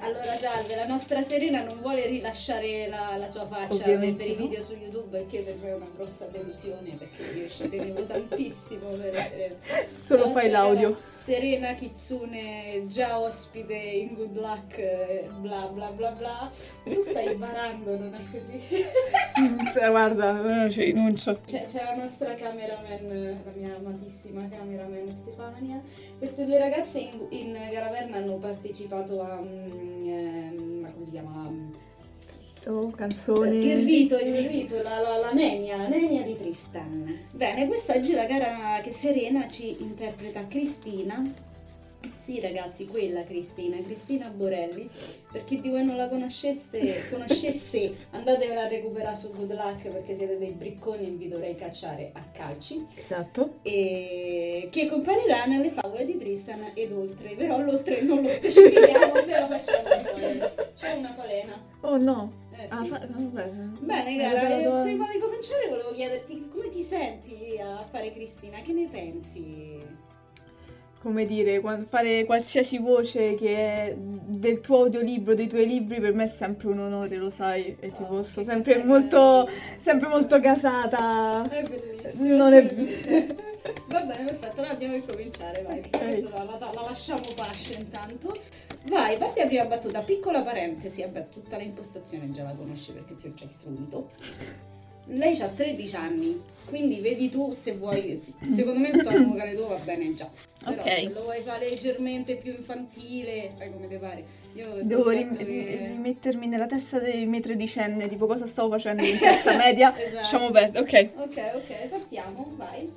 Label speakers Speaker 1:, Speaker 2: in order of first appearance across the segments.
Speaker 1: Allora, salve, la nostra Serena non vuole rilasciare la, la sua faccia
Speaker 2: Ovviamente
Speaker 1: per i
Speaker 2: no.
Speaker 1: video su YouTube, il che per me è una grossa delusione perché io ci tenevo tantissimo per Serena.
Speaker 2: Solo
Speaker 1: Però
Speaker 2: fai
Speaker 1: Serena-
Speaker 2: l'audio.
Speaker 1: Serena Kitsune, già ospite in Good Luck, eh, bla bla bla bla. Tu stai barando, non è così?
Speaker 2: Mm, Guarda, eh, ci rinuncio.
Speaker 1: C'è, c'è la nostra cameraman, la mia amatissima cameraman Stefania. Queste due ragazze in, in Galaverna hanno partecipato a. mm, ehm, ma come si chiama?
Speaker 2: Oh, canzone.
Speaker 1: Il rito, il rito, la, la, la nenia, la nenia di Tristan. Bene, quest'oggi la gara che Serena ci interpreta Cristina. Sì ragazzi, quella Cristina, Cristina Borelli. Per chi di voi non la conosceste, conoscesse, andatevela a recuperare su Good Luck perché siete dei bricconi e vi dovrei cacciare a calci.
Speaker 2: Esatto.
Speaker 1: E che comparirà nelle favole di Tristan ed oltre, però l'oltre non lo specifichiamo se la facciamo spoiler. C'è una falena.
Speaker 2: Oh no.
Speaker 1: Eh,
Speaker 2: Ah,
Speaker 1: sì.
Speaker 2: fa- ah, vabbè.
Speaker 1: Bene,
Speaker 2: Eh,
Speaker 1: cara,
Speaker 2: bella
Speaker 1: eh,
Speaker 2: domanda.
Speaker 1: prima di cominciare volevo chiederti come ti senti a fare Cristina, che ne pensi?
Speaker 2: Come dire, quan- fare qualsiasi voce che è del tuo audiolibro, dei tuoi libri, per me è sempre un onore, lo sai, e ti
Speaker 1: Oh,
Speaker 2: posso
Speaker 1: che
Speaker 2: sempre
Speaker 1: cosa
Speaker 2: molto,
Speaker 1: bella.
Speaker 2: sempre molto casata.
Speaker 1: È bellissimo.
Speaker 2: Non è-
Speaker 1: sì. Va bene, perfetto, allora andiamo a cominciare, vai.
Speaker 2: Ok.
Speaker 1: Questa la, la- la lasciamo pasce intanto. Vai, parti la prima battuta, piccola parentesi, vabbè, tutta l'impostazione già la conosci perché ti ho già istruito. Lei ha 13 anni, quindi vedi tu se vuoi, secondo me il tono vocale tuo va bene già. Però
Speaker 2: Ok.
Speaker 1: se lo vuoi fare leggermente più infantile, fai come ti pare. Io
Speaker 2: Devo
Speaker 1: ti ho
Speaker 2: rim-
Speaker 1: detto che-
Speaker 2: rimettermi nella testa dei miei tredicenne, tipo cosa stavo facendo in terza media.
Speaker 1: Esatto.
Speaker 2: Lasciamo perdere, ok.
Speaker 1: Ok, ok, partiamo, vai.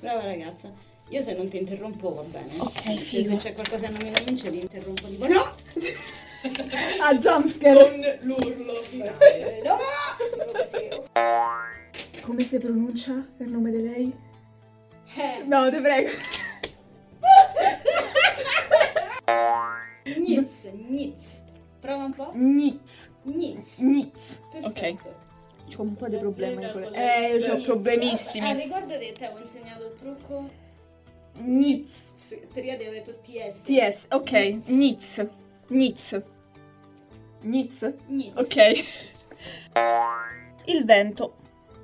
Speaker 1: Brava ragazza. Io se non ti interrompo va bene.
Speaker 2: Ok,
Speaker 1: Perché
Speaker 2: figo.
Speaker 1: Se c'è qualcosa che non mi convince ti interrompo tipo no!
Speaker 2: Ah, jumpscare.
Speaker 3: con l'urlo finale.
Speaker 1: Eh, No! Tipo così.
Speaker 2: Come si pronuncia il nome di lei?
Speaker 1: Eh,
Speaker 2: No, ti prego.
Speaker 1: Niz, Niz. Prova un po'.
Speaker 2: Nitz,
Speaker 1: Niz.
Speaker 2: Nitz.
Speaker 1: Perfetto.
Speaker 2: C'ho un po' di problema
Speaker 3: Azienda
Speaker 2: con
Speaker 3: con
Speaker 2: le-
Speaker 3: le
Speaker 2: Eh, io ho
Speaker 3: Nitz.
Speaker 1: Ah,
Speaker 2: problemissimi.
Speaker 1: ricorda che ti avevo insegnato il trucco?
Speaker 2: Nitz.
Speaker 1: Sì, Teoria dei avere tutti S.
Speaker 2: Yes, ok.
Speaker 1: Nitz.
Speaker 2: Nitz. Nitz. Nitz.
Speaker 1: Niz.
Speaker 2: Ok. Il vento.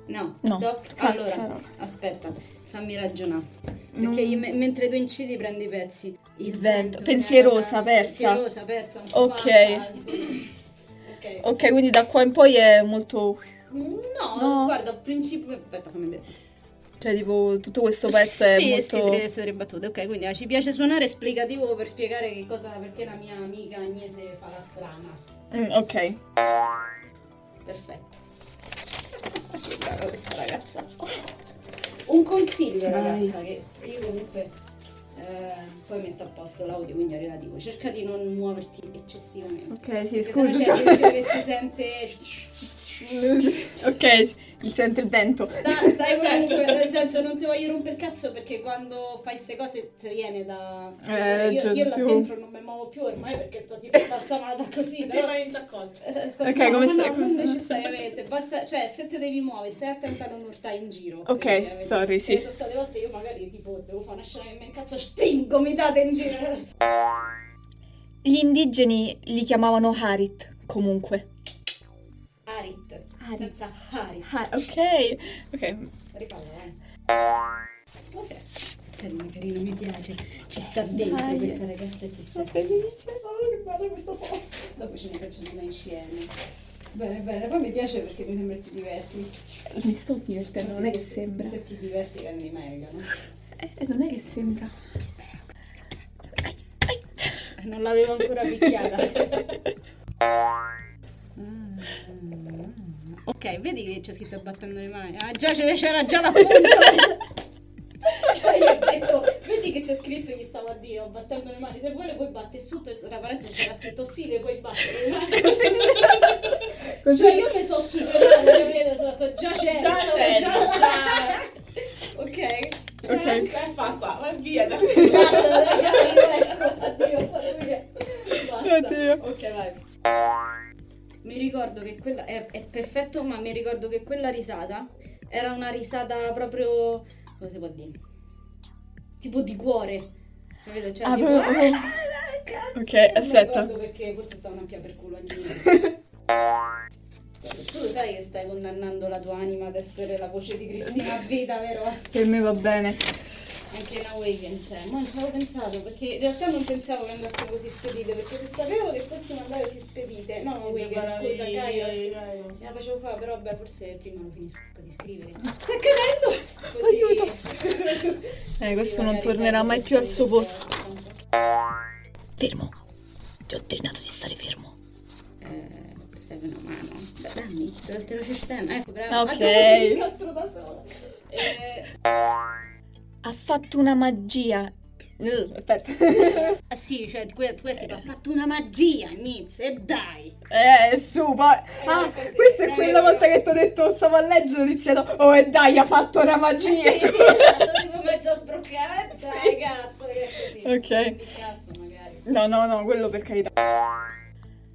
Speaker 1: No,
Speaker 2: No.
Speaker 1: dopo-
Speaker 2: Cazzo,
Speaker 1: allora,
Speaker 2: no.
Speaker 1: aspetta, fammi ragionare.
Speaker 2: Non-
Speaker 1: Perché io me- mentre tu incidi prendi i pezzi. Il
Speaker 2: vento,
Speaker 1: è una
Speaker 2: pensierosa,
Speaker 1: cosa-
Speaker 2: persa.
Speaker 1: Pensierosa, persa. un po'
Speaker 2: Ok.
Speaker 1: fatta, insomma. Ok.
Speaker 2: Ok, quindi da qua in poi è molto...
Speaker 1: No,
Speaker 2: No.
Speaker 1: guarda, principio... Aspetta, fammi vedere.
Speaker 2: Cioè, tipo, tutto questo pezzo è
Speaker 1: sì,
Speaker 2: molto...
Speaker 1: sì, tre, sì, tre battute. Ok, quindi ah, ci piace suonare esplicativo per spiegare che cosa... Perché la mia amica Agnese fa la strana.
Speaker 2: Mm, ok.
Speaker 1: Perfetto. Che brava questa ragazza. Un consiglio,
Speaker 2: Vai.
Speaker 1: ragazza, che io comunque eh, poi metto a posto l'audio, quindi è relativo. Cerca di non muoverti eccessivamente.
Speaker 2: Ok, sì,
Speaker 1: Perché sennò
Speaker 2: scusa. cioè.
Speaker 1: c'è il rischio che si sente.
Speaker 2: ok, sì, mi sente il vento.
Speaker 1: Sta- stai comunque, nel senso, non ti voglio rompere il cazzo perché quando fai queste cose ti viene da.
Speaker 2: Eh,
Speaker 1: io
Speaker 2: già
Speaker 1: io
Speaker 2: di
Speaker 1: là
Speaker 2: più.
Speaker 1: dentro non mi muovo più ormai perché sto tipo balsamata così.
Speaker 3: Metteva
Speaker 1: però-
Speaker 3: in saccoccia.
Speaker 1: Ok,
Speaker 2: Ok, come
Speaker 1: no,
Speaker 2: stai-
Speaker 1: non necessariamente, basta, cioè se te devi muovere, stai attenta a non urtare in giro. cioè,
Speaker 2: Ok,
Speaker 1: Perché,
Speaker 2: sorry, sì.
Speaker 1: perché Sono eh, state volte io magari tipo devo fare una scena che mi incazzo, stingo, mi date in giro.
Speaker 4: Gli indigeni li chiamavano Harit, comunque.
Speaker 1: Harit,
Speaker 2: Harit.
Speaker 1: senza Harit.
Speaker 2: Ah, ok, ok.
Speaker 1: Ripalla, eh. Ok. Carino, carino, mi piace. Ci sta dentro
Speaker 2: Dai.
Speaker 1: questa ragazza, ci sta.
Speaker 2: Sono felice.
Speaker 1: Oh, guarda questo po'. Dopo ce ne facciamo una insieme. Bene, bene, poi mi piace perché mi sembra che ti diverti.
Speaker 2: Mi sto divertendo, non è che
Speaker 1: Se- se-
Speaker 2: sembra.
Speaker 1: Se ti diverti rendi meglio, no?
Speaker 2: Eh, non è che sembra.
Speaker 1: Non l'avevo ancora picchiata. Mm, ok, vedi che c'è scritto battendo le mani. Ah, già ce- c'era già l'appunto. cioè, io ho detto, vedi che c'è scritto gli stavo a dire, ho battendo le mani. Se vuoi le puoi battere sotto, e tra parentesi c'era scritto sì, le puoi battere le mani. cioè, io mi so superata, capito? So, so, già c'era.
Speaker 3: Già
Speaker 1: so-
Speaker 3: c'era,
Speaker 1: ok.
Speaker 2: Ok.
Speaker 3: Stai fa qua, vai via da
Speaker 1: Addio,
Speaker 2: Oddio.
Speaker 1: Ok, vai. Mi ricordo che quella è, è perfetto, ma mi ricordo che quella risata era una risata proprio come si può dire? Tipo di cuore. Capito? Cioè,
Speaker 2: Ah,
Speaker 1: tipo,
Speaker 2: proprio-
Speaker 1: "Ah, Cazzo,
Speaker 4: Ok,
Speaker 1: non mi
Speaker 4: aspetta.
Speaker 1: ricordo perché forse sta un'ampia per culo a Gnino. Tu lo sai che stai condannando la tua anima ad essere la voce di Cristina a vita, vero?
Speaker 2: Per me va bene.
Speaker 1: Anche una Wagen c'è, ma non ci avevo pensato perché in realtà non pensavo che andasse così spedite, perché se sapevo che fossimo andare così spedite, no, no Wagen, scusa, Kairos. Me la facevo fa, però beh, forse prima lo finisco di scrivere. Sta cadendo! Così... Aiuto!
Speaker 4: Eh, questo non tornerà mai più al suo posto. Fermo. Ti ho ordinato di stare fermo.
Speaker 1: Eh, ti serve una mano. Beh, Dammi, te lo- te lo sistema. Ecco, bravo.
Speaker 4: Ok.
Speaker 1: Ah, trovo il nastro da sola. Eh,
Speaker 4: Ha fatto una magia.
Speaker 2: Uh,
Speaker 4: Eh, aspetta.
Speaker 1: ah, sì, cioè, que- tu è tipo, ha fatto una magia, Nitz, e dai!
Speaker 2: Eh, su, pa- Ah,
Speaker 1: così,
Speaker 2: questa è
Speaker 1: eh,
Speaker 2: quella volta che ti ho detto, stavo a leggere, ho iniziato. Oh, e dai, ha fatto una magia.
Speaker 1: Sì, sì, esatto, tipo mezza sbroccata, dai, cazzo, che è così.
Speaker 4: Ok.
Speaker 1: Che cazzo, magari.
Speaker 2: No, no, no, quello per carità.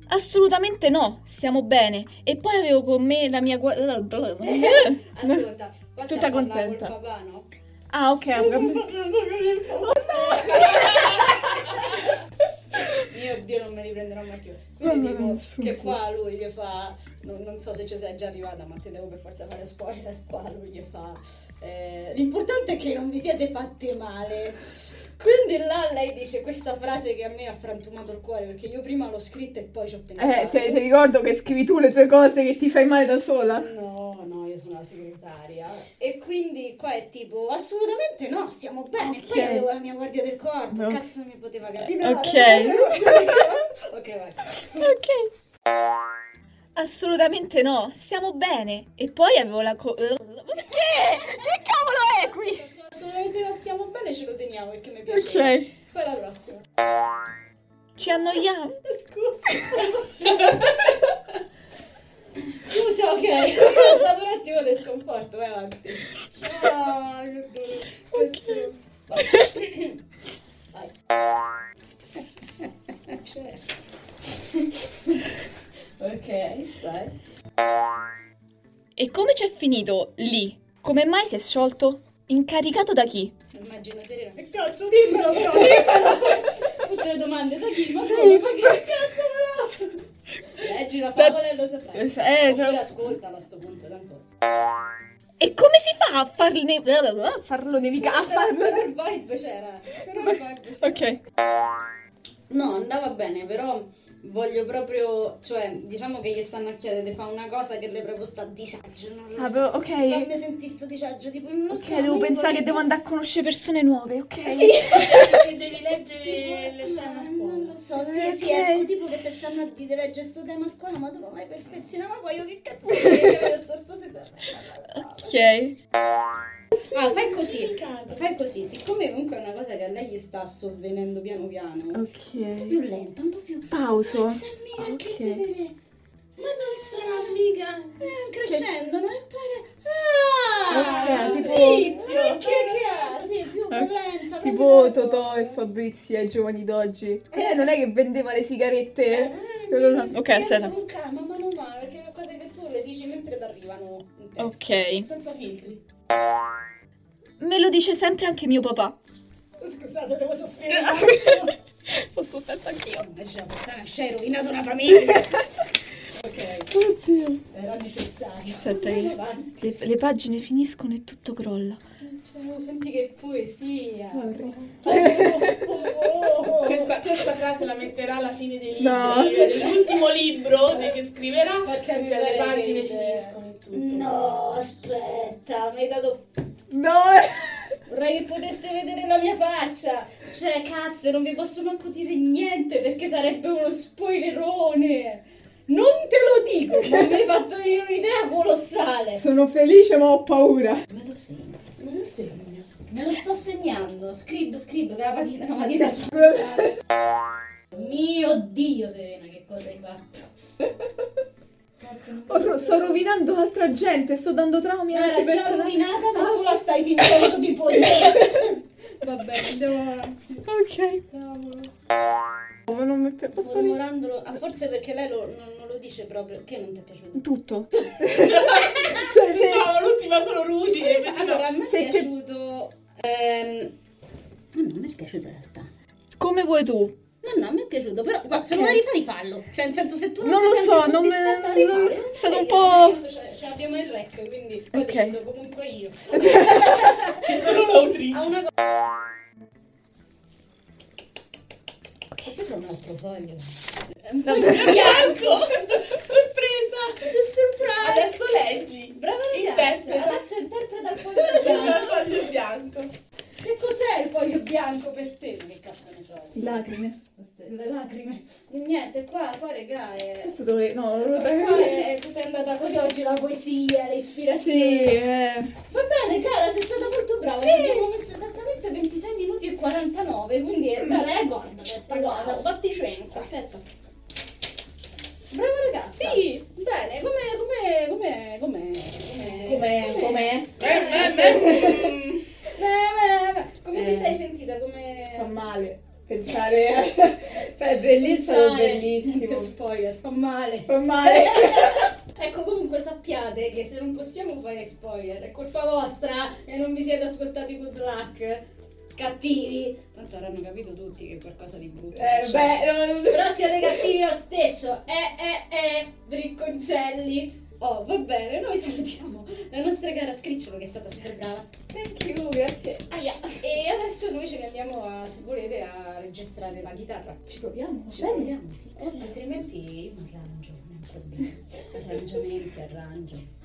Speaker 4: Assolutamente no, stiamo bene. E poi avevo con me la mia gua-
Speaker 1: Ascolta, qua
Speaker 2: Tutta
Speaker 1: stiamo parlando
Speaker 2: contenta.
Speaker 1: col papà, no?
Speaker 2: Ah, ok. ho capito.
Speaker 1: Io Dio non mi riprenderò mai più.
Speaker 2: No,
Speaker 1: Quindi
Speaker 2: no, no,
Speaker 1: dico
Speaker 2: su,
Speaker 1: che
Speaker 2: su.
Speaker 1: qua lui gli fa. Non, non so se ci sei già arrivata, ma ti devo per forza fare spoiler. Qua lui gli fa. eh, L'importante è che non vi siete fatti male. Quindi là lei dice questa frase che a me ha frantumato il cuore perché io prima l'ho scritta e poi ci ho pensato.
Speaker 2: Eh, te- ti ricordo che scrivi tu le tue cose che ti fai male da sola.
Speaker 1: No, no, io sono la segretaria. E quindi qua è tipo, assolutamente no, stiamo bene. Poi
Speaker 2: Ok.
Speaker 1: avevo la mia guardia del corpo,
Speaker 2: No.
Speaker 1: cazzo mi poteva capitare.
Speaker 4: Ok.
Speaker 1: ok, vai.
Speaker 4: Ok. Assolutamente no, stiamo bene. E poi avevo la co- Perché? Che cavolo è qui?
Speaker 1: Assolutamente non stiamo bene, ce lo teniamo perché mi piace.
Speaker 2: Ok.
Speaker 1: Poi la prossima.
Speaker 4: Ci annoiamo.
Speaker 1: Scusa. Scusa, ok. È stato un attimo di sconforto, vai avanti. Ah, che dolore. Che stronzo. Vai. Vai. Certo. Ok, vai.
Speaker 4: E come c'è finito lì? Come mai si è sciolto? Incaricato da chi?
Speaker 1: Immagino Serena. Che cazzo, dimmelo però, dimmelo! Tutte le domande da chi? Ma come? Ma che cazzo però? Leggi la favola e lo saprai.
Speaker 2: Eh, cioè-
Speaker 1: Oppure ascoltala a sto punto, tanto.
Speaker 4: E come si fa a farne.
Speaker 2: Farlo nevicare. A farlo.
Speaker 1: Però il vibe c'era. Però il vibe c'era.
Speaker 4: Ok.
Speaker 1: No, andava bene, però voglio proprio... Cioè, diciamo che gli stanno a chiedere di fare una cosa che le proprio sta a disagio, non lo
Speaker 2: Ah,
Speaker 1: so.
Speaker 2: però, ok.
Speaker 1: Fammi sentire sto disagio, tipo, non lo
Speaker 2: Ok,
Speaker 1: so.
Speaker 2: devo
Speaker 1: io
Speaker 2: pensare che
Speaker 1: voglio-
Speaker 2: devo andare a conoscere persone nuove, ok?
Speaker 3: Perché devi leggere le tema a
Speaker 1: eh, Non lo
Speaker 3: scuola.
Speaker 1: so, sì,
Speaker 2: Eh,
Speaker 1: sì,
Speaker 2: ok.
Speaker 1: ecco tipo che ti stanno a dire leggere sto tema a scuola, ma tu non l'hai perfezionato, ma poi io che cazzo che sto sto seduta.
Speaker 4: Ok.
Speaker 1: Ah, fai così,
Speaker 3: Peccato.
Speaker 1: fai così, siccome comunque è una cosa che a lei gli sta sovvenendo piano piano,
Speaker 2: Ok.
Speaker 1: più lenta, un po' più...
Speaker 2: Pauso.
Speaker 1: C'è mica che
Speaker 2: Ok.
Speaker 1: vedere,
Speaker 3: Ma non sono amica.
Speaker 1: eh, crescendono e pare... Ah!
Speaker 2: Ok, tipo-
Speaker 1: Fabrizio, che che è? Sì, più più lenta,
Speaker 2: Tipo
Speaker 1: proprio-
Speaker 2: Totò e Fabrizio ai giovani d'oggi. Eh, non è che vendeva le
Speaker 1: Ah,
Speaker 2: sigarette? Quello là.
Speaker 4: Ok, aspetta.
Speaker 1: Con calma, mano a mano, perché le cose che tu le dici mentre ti arrivano in testa.
Speaker 4: Ok.
Speaker 3: Senza filtri.
Speaker 4: Me lo dice sempre anche mio papà.
Speaker 1: Scusate, devo soffrire.
Speaker 2: Esatto.
Speaker 4: Posso offeso anch'io.
Speaker 1: Invece puttana, ci hai rovinato una famiglia. ok,
Speaker 4: Oddio.
Speaker 1: era necessario.
Speaker 4: Aspetta che-
Speaker 1: Andiamo avanti.
Speaker 4: Le, le pagine finiscono e tutto crolla.
Speaker 1: Cioè, senti che poesia.
Speaker 2: Sorry.
Speaker 1: Oh,
Speaker 3: Questa, questa frase la metterà alla fine dei libri.
Speaker 2: No.
Speaker 3: L'ultimo libro di- che scriverà
Speaker 1: Perché
Speaker 3: perché
Speaker 1: mi
Speaker 3: le
Speaker 1: farei
Speaker 3: pagine
Speaker 1: ridere.
Speaker 3: finiscono e tutto.
Speaker 1: No, aspetta, mi hai dato...
Speaker 2: No!
Speaker 1: Vorrei che potesse vedere la mia faccia. Cioè, cazzo, non vi posso manco dire niente perché sarebbe uno spoilerone. Non te lo dico, ma mi hai fatto venire un'idea colossale.
Speaker 2: Sono felice ma ho paura.
Speaker 1: Me lo sento.
Speaker 3: Ma non segna.
Speaker 1: Me lo sto segnando, scrivo, scrivo, che la matita, la matita Mio Dio, Serena, che cosa hai fatto? Cazzo, non
Speaker 2: Ho ro-
Speaker 1: posso-
Speaker 2: sto rovinando altra gente, sto dando traumi a
Speaker 1: Era
Speaker 2: altre
Speaker 1: già
Speaker 2: persone.
Speaker 1: rovinata, ma tu la stai fingendo di poesia. Vabbè, andiamo
Speaker 4: Ok.
Speaker 2: Oh, non mi pi- posso ri-
Speaker 1: Mormorandolo, ah, forse perché lei lo- non, non lo dice proprio, che non ti è piaciuto.
Speaker 2: tutto. cioè, se-
Speaker 3: Pensavo l'ultima sono Rudy. invece no.
Speaker 1: Ah, Allora, a me è
Speaker 2: se-
Speaker 1: piaciuto... ehm, Ma non mi è piaciuto in realtà.
Speaker 4: Come vuoi tu,
Speaker 5: No, no, mi è piaciuto, però guarda, se lo vuoi rifare fallo. Cioè, nel senso, se tu non,
Speaker 2: Non
Speaker 5: ti
Speaker 2: lo
Speaker 5: senti
Speaker 2: so, non me-
Speaker 5: soddisfatta, Cioè,
Speaker 2: non-
Speaker 5: rifallo.
Speaker 2: è stato un
Speaker 1: Perché
Speaker 2: po'-
Speaker 1: ce- ce l'abbiamo il rec, quindi poi
Speaker 2: Ok.
Speaker 1: decido comunque io.
Speaker 6: Che sono l'autrice.
Speaker 1: Ha una cosa.
Speaker 5: Proprio un altro foglio.
Speaker 6: Bianco! Sorpresa! Adesso leggi.
Speaker 1: Brava ragazza,
Speaker 6: Interpreta.
Speaker 1: adesso interpreta il foglio
Speaker 6: Dal
Speaker 1: bianco.
Speaker 6: foglio bianco.
Speaker 1: Che cos'è il foglio bianco per te? Che cazzo ne so?
Speaker 2: Lacrime.
Speaker 1: Queste- Le lacrime. Niente, qua, qua regà è...
Speaker 2: Questo dovrei... No, non lo
Speaker 1: Qua
Speaker 2: dovrei...
Speaker 1: è tutta andata così oggi la poesia, le ispirazioni.
Speaker 2: Sì, eh.
Speaker 1: Va bene, cara, sei stata molto brava. Ci abbiamo messo esattamente 26 minuti e 49, quindi è da record questa cosa. Batti 100. Aspetta. Brava ragazza.
Speaker 6: Sì.
Speaker 1: Bene, come come come come come
Speaker 6: Eh,
Speaker 1: Eh,
Speaker 6: beh, beh. mm.
Speaker 1: come ti sei sentita come
Speaker 2: male pensare... Beh, è bellissimo,
Speaker 1: Pensare. che spoiler, fa male.
Speaker 2: Fa male.
Speaker 1: Ecco, comunque sappiate che se non possiamo fare spoiler, è colpa vostra e non vi siete ascoltati good luck. Cattivi. Tanto avranno capito tutti che qualcosa di brutto.
Speaker 2: Eh,
Speaker 1: succede.
Speaker 2: beh,
Speaker 1: Però siete cattivi lo stesso. Eh, eh, eh, bricconcelli. Oh, va bene, noi salutiamo la nostra cara Scricciolo che è stata super brava.
Speaker 2: thank you, grazie.
Speaker 1: Aia. E adesso noi ce ne andiamo, a, se volete, a registrare la chitarra.
Speaker 2: Ci proviamo?
Speaker 1: Ci
Speaker 2: Bene.
Speaker 1: proviamo, sì. Altrimenti io mi arrangio, non è un problema. Arrangiamenti, arrangio.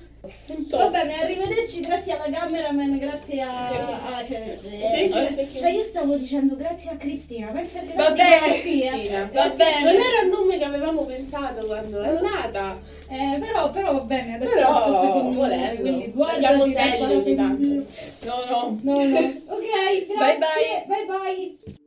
Speaker 1: Va bene, arrivederci, grazie alla cameraman, grazie a... a- eh, Cioè io stavo dicendo grazie a Cristina, pensa che
Speaker 2: Va
Speaker 1: non
Speaker 2: bene,
Speaker 1: dico Mattia.
Speaker 6: Va
Speaker 1: Eh,
Speaker 6: bene.
Speaker 1: sì.
Speaker 6: Non era il nome che avevamo pensato quando è nata.
Speaker 1: Eh, però, però va bene, adesso
Speaker 6: Però,
Speaker 1: non so secondo me,
Speaker 6: volendo.
Speaker 1: quindi guarda
Speaker 6: Andiamo serio ogni tanto.
Speaker 2: No, no.
Speaker 1: No, no. Ok, grazie.
Speaker 2: Bye bye.
Speaker 1: Bye bye.